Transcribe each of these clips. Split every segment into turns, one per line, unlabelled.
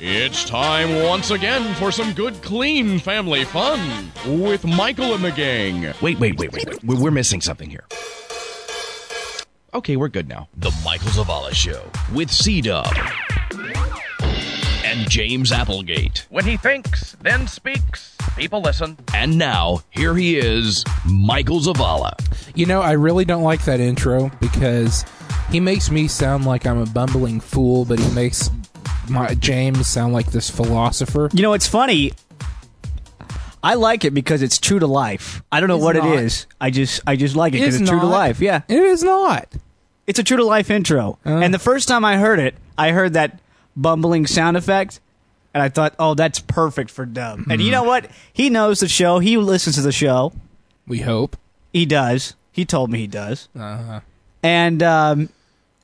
It's time once again for some good, clean family fun with Michael and the gang.
Wait, wait, wait, wait, wait. We're, we're missing something here. Okay, we're good now.
The Michael Zavala Show with C Dub and James Applegate.
When he thinks, then speaks, people listen.
And now, here he is, Michael Zavala.
You know, I really don't like that intro because he makes me sound like I'm a bumbling fool, but he makes my James sound like this philosopher.
You know, it's funny. I like it because it's true to life. I don't know
It's
what
not.
it is. I just I just like it because
It's
it's, true to
not.
life. Yeah.
It Uh. is not.
It's a true to life intro. and the first time I heard it, I heard that bumbling sound effect and I thought, "Oh, that's perfect for Dub." And
Mm-hmm.
you know what? He knows the show. He listens to the show.
We hope.
He does. He told me he does.
Uh-huh.
And um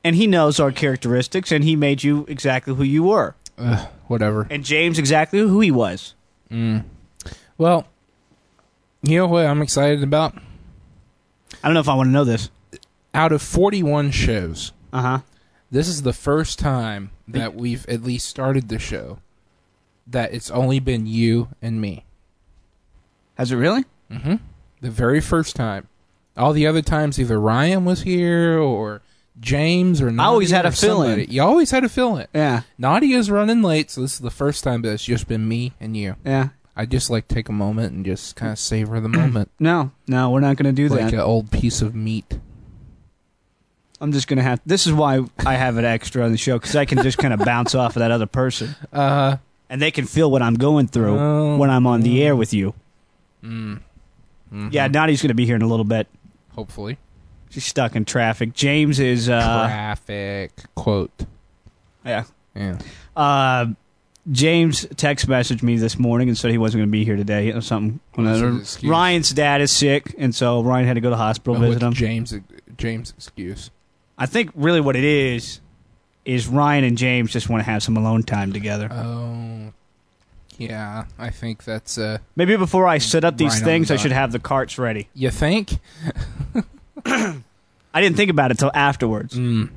and he knows our characteristics and he made you exactly who you were.
Ugh, whatever.
And James exactly who he was.
Well, you know what I'm excited about?
I don't know if I want to know this.
Out of 41 shows,
Uh-huh.
this is the first time that we've at least started the show that it's only been you and me.
Has it really?
The very first time. All the other times, either Ryan was here or James or Nadia
always had
or
a fill-in.
somebody. You always had a fill in.
Yeah.
Nadia's running late, so this is the first time that it's just been me and you.
Yeah.
I just like take a moment and just kind of savor the moment,
No, no, we're not going to do
like
that.
an old piece of meat.
I'm just going to have. This is why I have an extra on the show because I can just kind of bounce off of that other person,
Uh,
and they can feel what I'm going through
Oh. Mm-hmm.
when I'm on the air with you. Mm. Yeah, Dottie's going to be here in a little bit.
hopefully.
She's stuck in traffic. James is. Uh,
Traffic quote.
yeah.
Yeah.
Uh, James text messaged me this morning and said he wasn't going to be here today or something.
That's
Another-
an excuse.
Ryan's dad is sick, and so Ryan had to go to hospital
But
visit
with
him.
James James excuse.
I think really what it is is Ryan and James just want to have some alone time together.
Oh. Yeah, I think that's uh
Maybe before I set up these
Right on
things, I
the
should
dot.
have the carts ready.
you think?
I didn't think about it till afterwards.
Mm.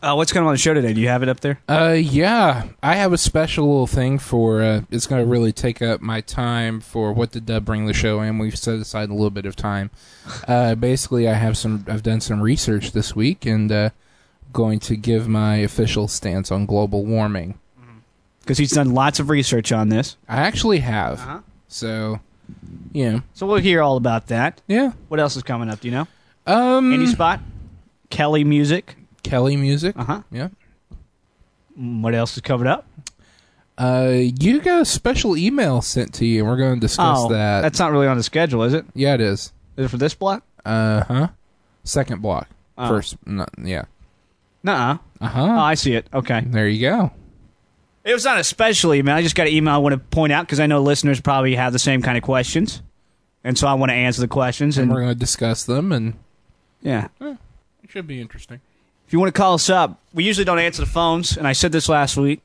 Uh, what's going on on the show today? Do you have it up there?
Uh yeah, I have a special little thing for uh it's going to really take up my time for what did Dub bring the show and we've set aside a little bit of time. Uh basically I have some I've done some research this week and uh going to give my official stance on global warming.
Because he's done lots of research on this,
I actually have.
Uh-huh.
So, you know,
so we'll hear all about that.
yeah.
What else is coming up? Do you know?
Um,
Any spot? Kelly music.
Kelly music.
Uh huh.
Yeah.
What else is covered up?
Uh, you got a special email sent to you, and we're going to discuss
oh,
that.
that's not really on the schedule, is it?
yeah, it is.
Is it for this block?
Uh huh. Second block.
Oh.
First, no, yeah.
Nuh-uh.
Uh
Oh,
huh.
I see it. Okay.
there you go.
It was not a special email. I just got an email I want to point out because I know listeners probably have the same kind of questions, and so I want to answer the questions.
And we're
And
going to discuss them, and
yeah,
it should be interesting.
If you want to call us up, we usually don't answer the phones, and I said this last week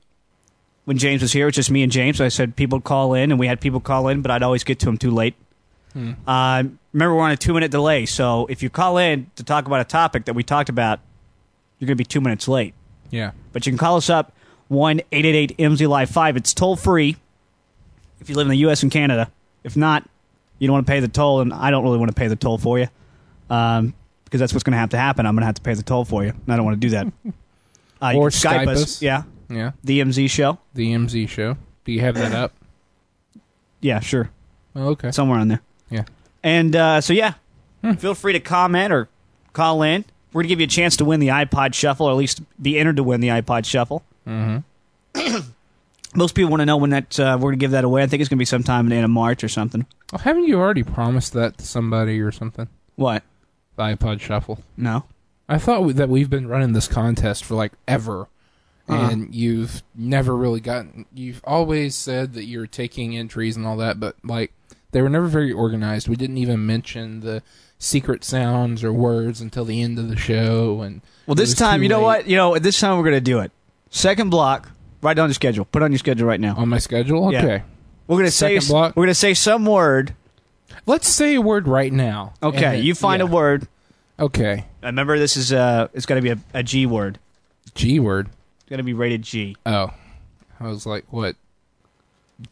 when James was here. It's just me and James. I said people call in, and we had people call in, but I'd always get to them too late.
Hmm.
Uh, remember, we're on a two-minute delay, so if you call in to talk about a topic that we talked about, you're going to be two minutes late.
Yeah.
But you can call us up one eight eight eight mz live 5 It's toll-free if you live in the U.S. and Canada. If not, you don't want to pay the toll, and I don't really want to pay the toll for you um, because that's what's going to have to happen. I'm going to have to pay the toll for you, and I don't want to do that. Uh, you
Or
can
Skype us.
Yeah.
Yeah.
The MZ show.
The MZ show. Do you have that up?
Yeah, sure.
Oh, okay.
Somewhere on there.
yeah.
And uh, so, yeah,
Hmm.
feel free to comment or call in. We're going to give you a chance to win the iPod Shuffle, or at least be entered to win the iPod Shuffle. Mm-hmm. Most people want to know when that uh, we're going to give that away. I think it's going to be sometime in the end of March or something.
Oh, haven't you already promised that to somebody or something?
What?
The iPod Shuffle.
No.
I thought we- that we've been running this contest for like ever,
Uh-huh.
and you've never really gotten. You've always said that you're taking entries and all that, but like they were never very organized. We didn't even mention the secret sounds or words until the end of the show. And
Well,
it
this
was
time,
too
you know
late
what? You know, this time we're going to do it. Second block, right on your schedule. Put on your schedule right now.
On my schedule,
Yeah.
okay.
We're going to say
second block.
we're going to say some word.
Let's say a word right now.
Okay,
And-
you find
yeah.
a word.
Okay,
Now, Remember, this is uh, it's got to be a, a G word.
G word.
It's going to be rated G.
Oh, I was like, what?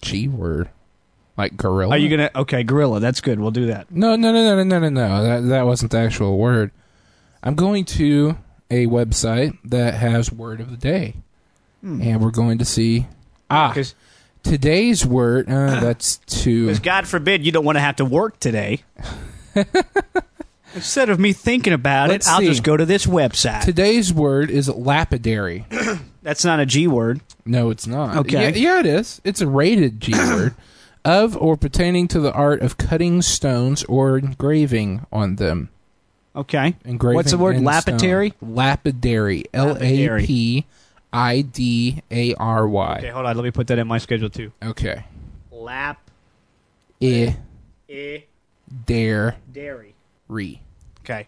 G word. Like gorilla?
Are you gonna? Okay, gorilla. That's good. We'll do that.
No, no, no, no, no, no, no, no. That that wasn't the actual word. I'm going to a website that has word of the day, and we're going to see ah
Hmm. 'Cause-
today's word. Uh, that's too.
Because God forbid you don't want to have to work today. Instead of me thinking about
Let's
it, I'll
see.
just go to this website.
Today's word is lapidary.
That's not a G word.
No, it's not.
Okay.
Yeah, yeah, it is. It's a rated G word of or pertaining to the art of cutting stones or engraving on them.
Okay.
Engraving
What's the word?
in
Lapidary.
stone. Lapidary. L A P I D A R
Okay,
Y.
hold on. Let me put that in my schedule too.
Okay.
Lap
I
i
dare
dairy.
re.
Okay.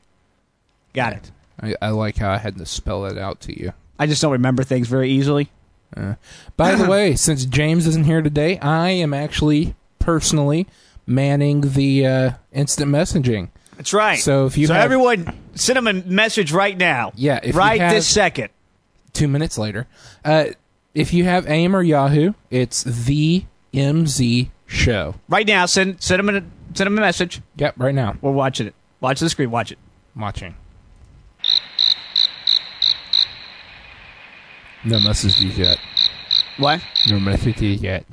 Got it.
I, I like how I had to spell it out to you.
I just don't remember things very easily.
By the way, since James isn't here today, I am actually personally manning the uh, instant messaging.
That's right.
So if you
so
have-
everyone send them a message right now.
Yeah, if you
right this
have-
second.
two minutes later. Uh, if you have AIM or Yahoo, it's the MZ show.
Right now, send send them a send them a message.
Yep, right now.
We're watching it. Watch the screen. Watch it.
I'm watching. No messages yet.
What?
No messages yet.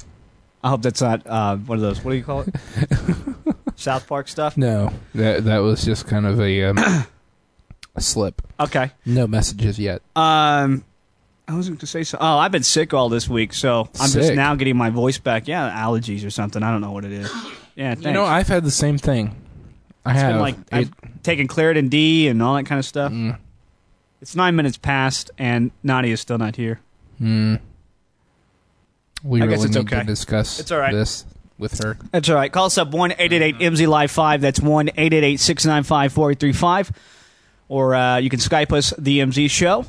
I hope that's not uh, one of those. What do you call it? South Park stuff.
No, that that was just kind of a um, a slip.
Okay.
No messages yet.
Um, I was going to say so. Oh, I've been sick all this week, so I'm just
Sick.
now getting my voice back. Yeah, allergies or something. I don't know what it is. Yeah, thanks.
You know, I've had the same thing. I
It's
have. Mm.
been like
It-
I've taken Claritin D and all that kind of stuff. It's nine minutes past, and Nadia is still not here.
we
I guess
really
it's
need
okay.
to discuss
It's all right.
this with her.
That's all right. Call us up one eight eight eight MZ Live five. That's one eight eight eight six nine five four eight three five, or uh, you can Skype us the MZ Show,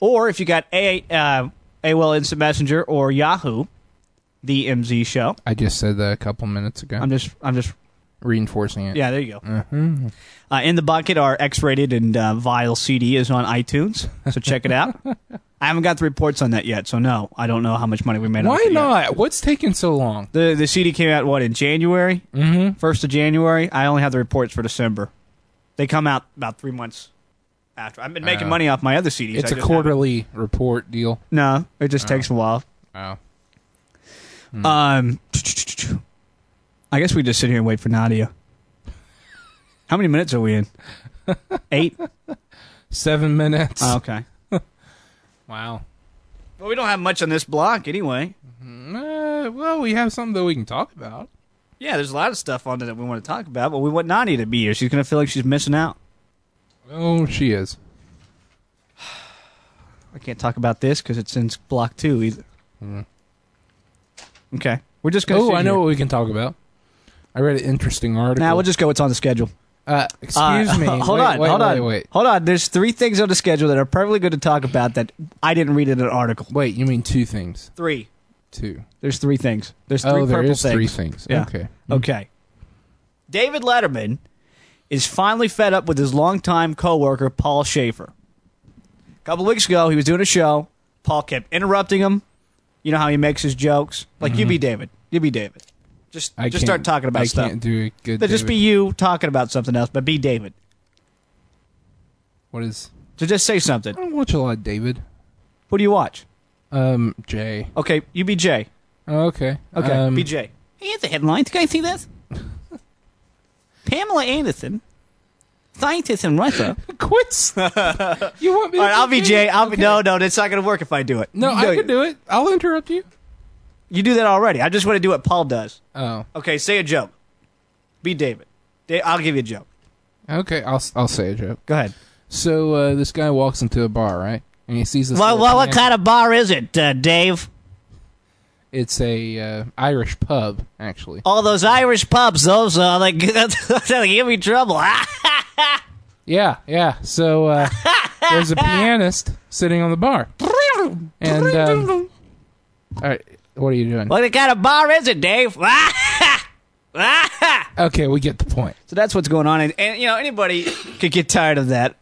or if you got a uh, AOL Instant Messenger or Yahoo, the MZ Show.
I just said that a couple minutes ago.
I'm just I'm just
reinforcing it.
yeah. There you go.
Mm-hmm.
Uh, in the bucket, our X-rated and uh, vile CD is on iTunes, so check it out. I haven't got the reports on that yet, so no, I don't know how much money we made. off
Why
it yet.
not? What's taking so long?
The the CD came out what in January, mm-hmm. first of January. I only have the reports for December. They come out about three months after. I've been making
Uh,
money off my other CDs.
It's
a
a quarterly report deal.
No, it just takes a while.
Wow.
Um, I guess we just sit here and wait for Nadia. How many minutes are we in? Eight.
Seven minutes.
Oh, okay.
wow.
Well, we don't have much on this block anyway.
Uh, well, we have something that we can talk about.
Yeah, there's a lot of stuff on it that we want to talk about, but we want Nadia to be here. She's gonna feel like she's missing out.
Oh, she is.
I can't talk about this because it's in block two either. Okay, we're just gonna.
Oh,
sit
I know
here.
what we can talk about. I read an interesting article.
Now we'll just go. What's on the schedule?
Uh, excuse
Uh,
me.
hold
Wait,
on.
wait,
hold
wait,
on.
Wait.
Hold on. There's three things on the schedule that are perfectly good to talk about that I didn't read in an article.
Wait. You mean two things?
Three.
Two.
There's three things. There's three
Oh, there
purple
is
things.
three things.
Yeah.
Okay.
Okay. David Letterman is finally fed up with his longtime coworker Paul Schaefer. A couple weeks ago, he was doing a show. Paul kept interrupting him. You know how he makes his jokes. Like you be David. You be David. Just
Mm-hmm. I
just start
can't-
talking about
I
stuff.
can't do a good.
Then just be
David.
you talking about something else, but be David.
What is?
So just say something.
I don't watch a lot, of David.
Who do you watch?
Um, Jay.
Okay, you be Jay.
Okay.
Okay,
Um,
be Jay. Hey, it's a headline. Did you guys see this? Pamela Anderson, scientist in Russia.
Quits. you want me?
All
to
right, I'll be
Jay?
Jay. I'll be no, no. That's not gonna work if I do it.
No, I can do it. I'll interrupt you.
You do that already. I just want to do what Paul does.
Oh,
Okay, say a joke. Be David. Da- I'll give you a joke.
okay. I'll I'll say a joke.
Go ahead.
So uh, this guy walks into a bar, right? And he sees this.
Well,
little
well what
man.
kind of bar is it, uh, Dave?
It's a uh, Irish pub, actually.
All those Irish pubs. Those uh, they, they give me trouble. Ah.
Yeah, yeah. So uh, there's a pianist sitting on the bar, and um, all right, what are you doing?
what kind of bar is it, Dave? Ah. so
Okay, we get the point.
that's what's going on, and, and you know anybody could get tired of that.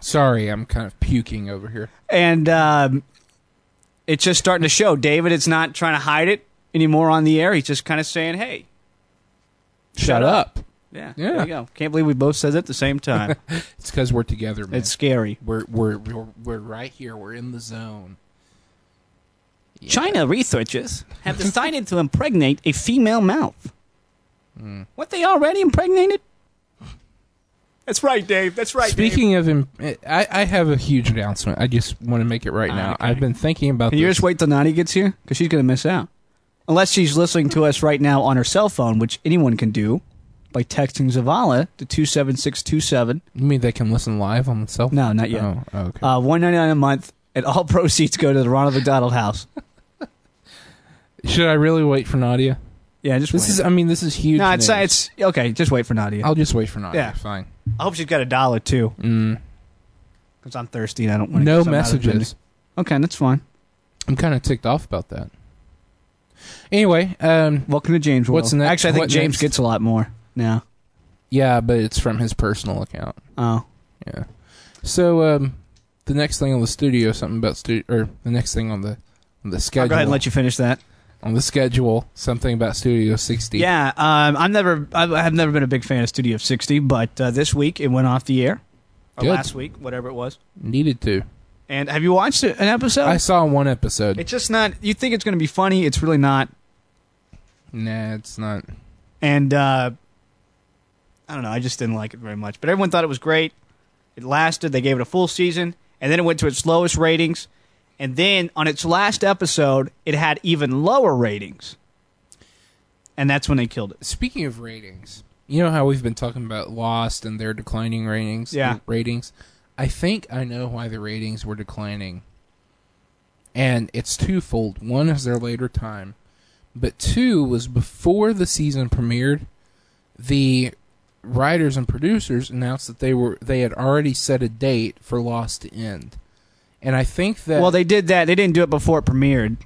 Sorry, I'm kind of puking over here.
and um, it's just starting to show. David is not trying to hide it anymore on the air. He's just kind of saying, "Hey,
Shut up.
yeah,
Yeah.
there you go." Can't believe we both said it at the same time.
It's because we're together, man.
it's scary.
we're, we're we're we're right here. We're in the zone.
China researchers have decided to impregnate a female mouth.
Hmm.
What they already impregnated? That's right, Dave. That's right.
Speaking of, im- I, I have a huge announcement. I just want to make it right now.
Okay.
I've been thinking about
Can
this.
you just wait till Nani gets here? Because she's going to miss out. Unless she's listening to us right now on her cell phone, which anyone can do by texting Zavala to 27627.
You mean they can listen live on the cell? phone?
No, not yet.
Oh, okay.
Uh, 199 a month, and all proceeds go to the Ronald McDonald House.
Should I really wait for Nadia?
Yeah, just
This
wait.
is, I mean, this is huge.
No, it's,
news.
it's okay. Just wait for Nadia.
I'll just wait for Nadia.
Yeah.
fine.
I hope she's got a dollar too,
Mm.
because I'm thirsty and I don't want
No messages.
Okay, that's fine.
I'm kind of ticked off about that. Anyway, um,
Welcome to James. World.
What's next?
Actually, I think
What
James
next?
gets a lot more now.
yeah, but it's from his personal account.
Oh,
Yeah. So um, the next thing on the studio, something about studio, or the next thing on the on the
I'll
schedule,
go ahead and let you finish that.
on the schedule, something about Studio 60.
Yeah, um, I'm never. I've, I've never been a big fan of Studio 60, but uh, this week it went off the air. Or
Good.
last week, whatever it was.
needed to.
And have you watched it- an episode?
I saw one episode.
Uh, it's just not. You think it's going to be funny? It's really not.
nah, it's not.
And uh, I don't know. I just didn't like it very much. But everyone thought it was great. It lasted. They gave it a full season, and then it went to its lowest ratings. And then on its last episode, it had even lower ratings. And that's when they killed it.
Speaking of ratings, you know how we've been talking about Lost and their declining ratings.
Yeah.
ratings. I think I know why the ratings were declining, and it's twofold. One is their later time, but two was before the season premiered. The writers and producers announced that they were they had already set a date for Lost to end, and I think that
Well, they did that. They didn't do it before it premiered.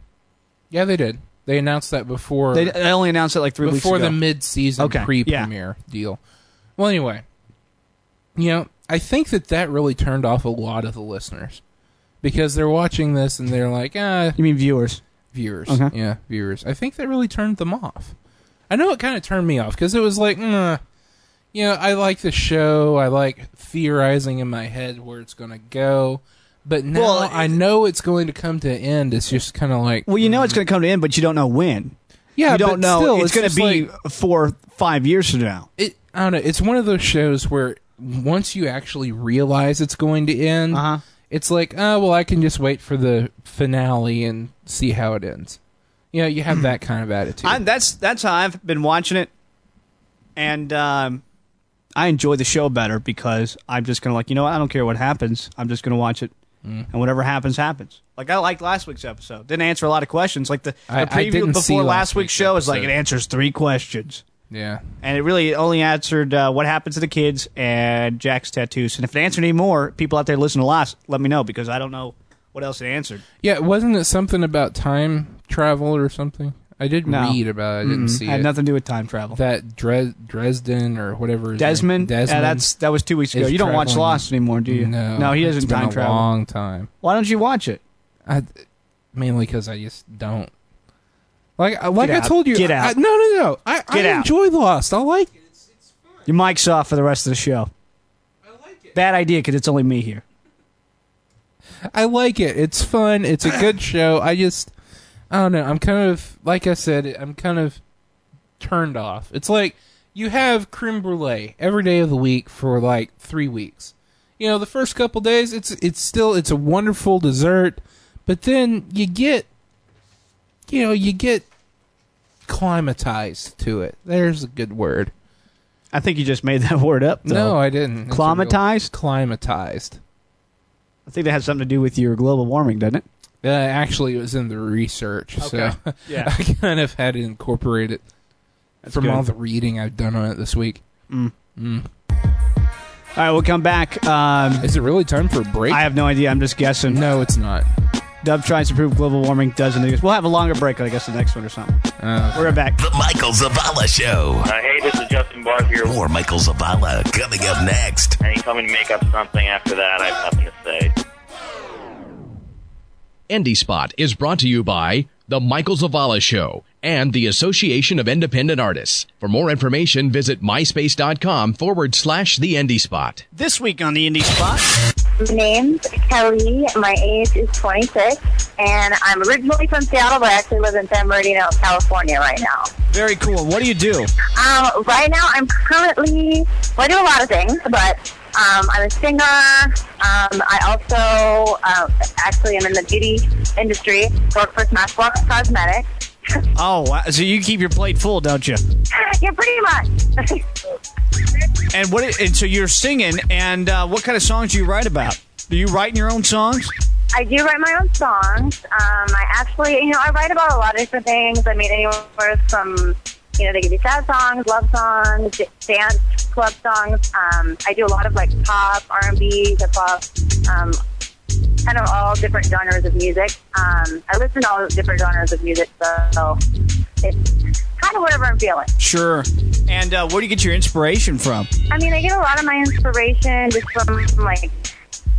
yeah they did. They announced that before
They, they only announced it like three
before
weeks ago.
the mid-season
Okay,
pre-premiere deal. Well, anyway, you know, I think that that really turned off a lot of the listeners because they're watching this and they're like, ah,
you mean viewers?
viewers,
Okay.
yeah, viewers. I think that really turned them off. I know it kind of turned me off because it was like, mm, you know, I like the show. I like theorizing in my head where it's going to go. But now
Well, it-
I know it's going to come to an end. It's just kind of like,
Well, you know it's going to come to end, but you don't know when.
yeah,
you don't
but
know.
still,
it's, going to
just
be
like-
four, five years from now.
it I don't know. It's one of those shows where once you actually realize it's going to end,
Uh-huh.
it's like, oh well, I can just wait for the finale and see how it ends. You know, you have that kind of attitude.
I, that's that's how I've been watching it, and um, I enjoy the show better because I'm just gonna like you know what? I don't care what happens. I'm just gonna watch it,
Mm.
and whatever happens, happens. Like I liked last week's episode. Didn't answer a lot of questions. Like the, the
I- I
preview
didn't
before
see
last,
last
week's,
week's
show is like it
episode.
answers three questions,
yeah,
and it really only answered uh, what happened to the kids and Jack's tattoos. And if it answered any more, people out there listening to last, let me know because I don't know what else it answered.
yeah. Wasn't it something about time travel or something? I did
No.
read about. it. I didn't see
Mm-hmm. had
it.
nothing to do with time travel.
That Dres- Dresden or whatever. his name-
Desmond, Yeah,
Desmond.
that's that was two weeks ago.
is
You don't watch
traveling.
Lost anymore, do you?
No,
he
it's
doesn't
been
time
a
travel.
Long time.
Why don't you watch it?
I mainly because I just don't like. I- Like
Get
I
out.
told you,
Get
I-
out.
no, no, no. I, I
Get out.
enjoy Lost. I like. it.
Your mic's off for the rest of the show. Bad idea because it's only me here.
I like it. It's fun. It's a good show. I just, I don't know. I'm kind of like I said. I'm kind of turned off. It's like you have creme brulee every day of the week for like three weeks. You know, the first couple days, it's it's still it's a wonderful dessert, but then you get, you know, you get climatized to it. There's a good word.
I think you just made that word up. Though.
No, I didn't. It's a real-
Climatized?
Climatized.
I think that has something to do with your global warming, doesn't it?
Uh, actually, it was in the research, so
Yeah.
I kind of had to incorporate it from
good.
all the reading I've done on it this week.
All right, we'll come back. Um,
Is it really time for a break?
I have no idea. I'm just guessing.
no, it's not.
Dub tries to prove global warming doesn't exist. We'll have a longer break, I guess, the next one or something.
Uh,
We're right back.
The Michael Zavala Show.
Uh, hey, this is Justin Bart here,
More Michael Zavala coming up next.
and you tell me to make up something after that. I have nothing to say.
Indie Spot is brought to you by The Michael Zavala Show and the Association of Independent Artists. For more information, visit myspace.com forward slash The Indie Spot.
This week on the Indie Spot,
My name's Kelly. My age is 26, and I'm originally from Seattle, but I actually live in San Bernardino, California right now.
very cool. What do you do?
Um, right now, I'm currently, well, I do a lot of things, but um, I'm a singer. Um, I also uh, actually am in the beauty industry, work for Smashbox Cosmetics.
Oh, wow. so you keep your plate full, don't you?
yeah, pretty much.
And what? i- And so you're singing, and uh, what kind of songs do you write about? Do you write in your own songs?
I do write my own songs. Um, I actually, you know, I write about a lot of different things. I mean, anywhere from, you know, they could be sad songs, love songs, d- dance club songs. Um, I do a lot of like pop, R and B, hip hop, um, kind of all different genres of music. Um, I listen to all different genres of music, so it's kind of whatever I'm feeling.
Sure. And uh, where do you get your inspiration from?
I mean, I get a lot of my inspiration just from like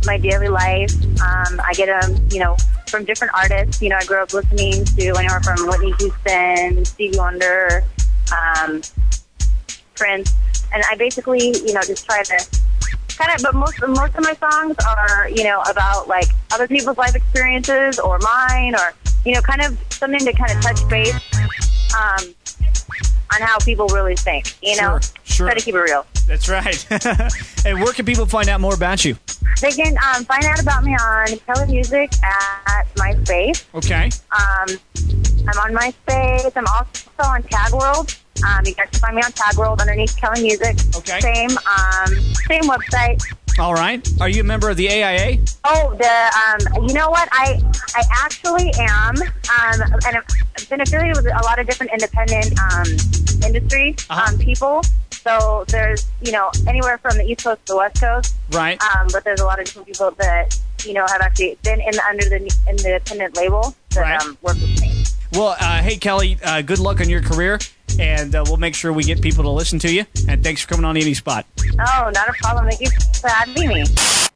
my daily life. Um, I get them, you know, from different artists. You know, I grew up listening to anywhere from Whitney Houston, Stevie Wonder, um, Prince, and I basically, you know, just try to kind of. But most most of my songs are, you know, about like other people's life experiences or mine, or you know, kind of something to kind of touch base. Um, on how people really think, you know?
Sure, sure.
Try to keep it real.
That's right. and where can people find out more about you?
They can um, find out about me on Keller Music at MySpace.
Okay.
Um, I'm on MySpace. I'm also on Tag World. Um, you can actually find me on Tag World underneath Keller Music.
Okay.
Same, um, same website.
All right. Are you a member of the AIA?
Oh, the um, you know what? I I actually am, um, and I've been affiliated with a lot of different independent um, industry
Uh-huh.
um, people. So there's you know anywhere from the East Coast to the West Coast.
Right.
Um, but there's a lot of different people that you know have actually been in under the independent label that
Right.
um, work with me.
Well, uh, hey, Kelly, uh, good luck on your career, and uh, we'll make sure we get people to listen to you. And thanks for coming on Any Spot.
Oh, not a problem. Thank you for having me.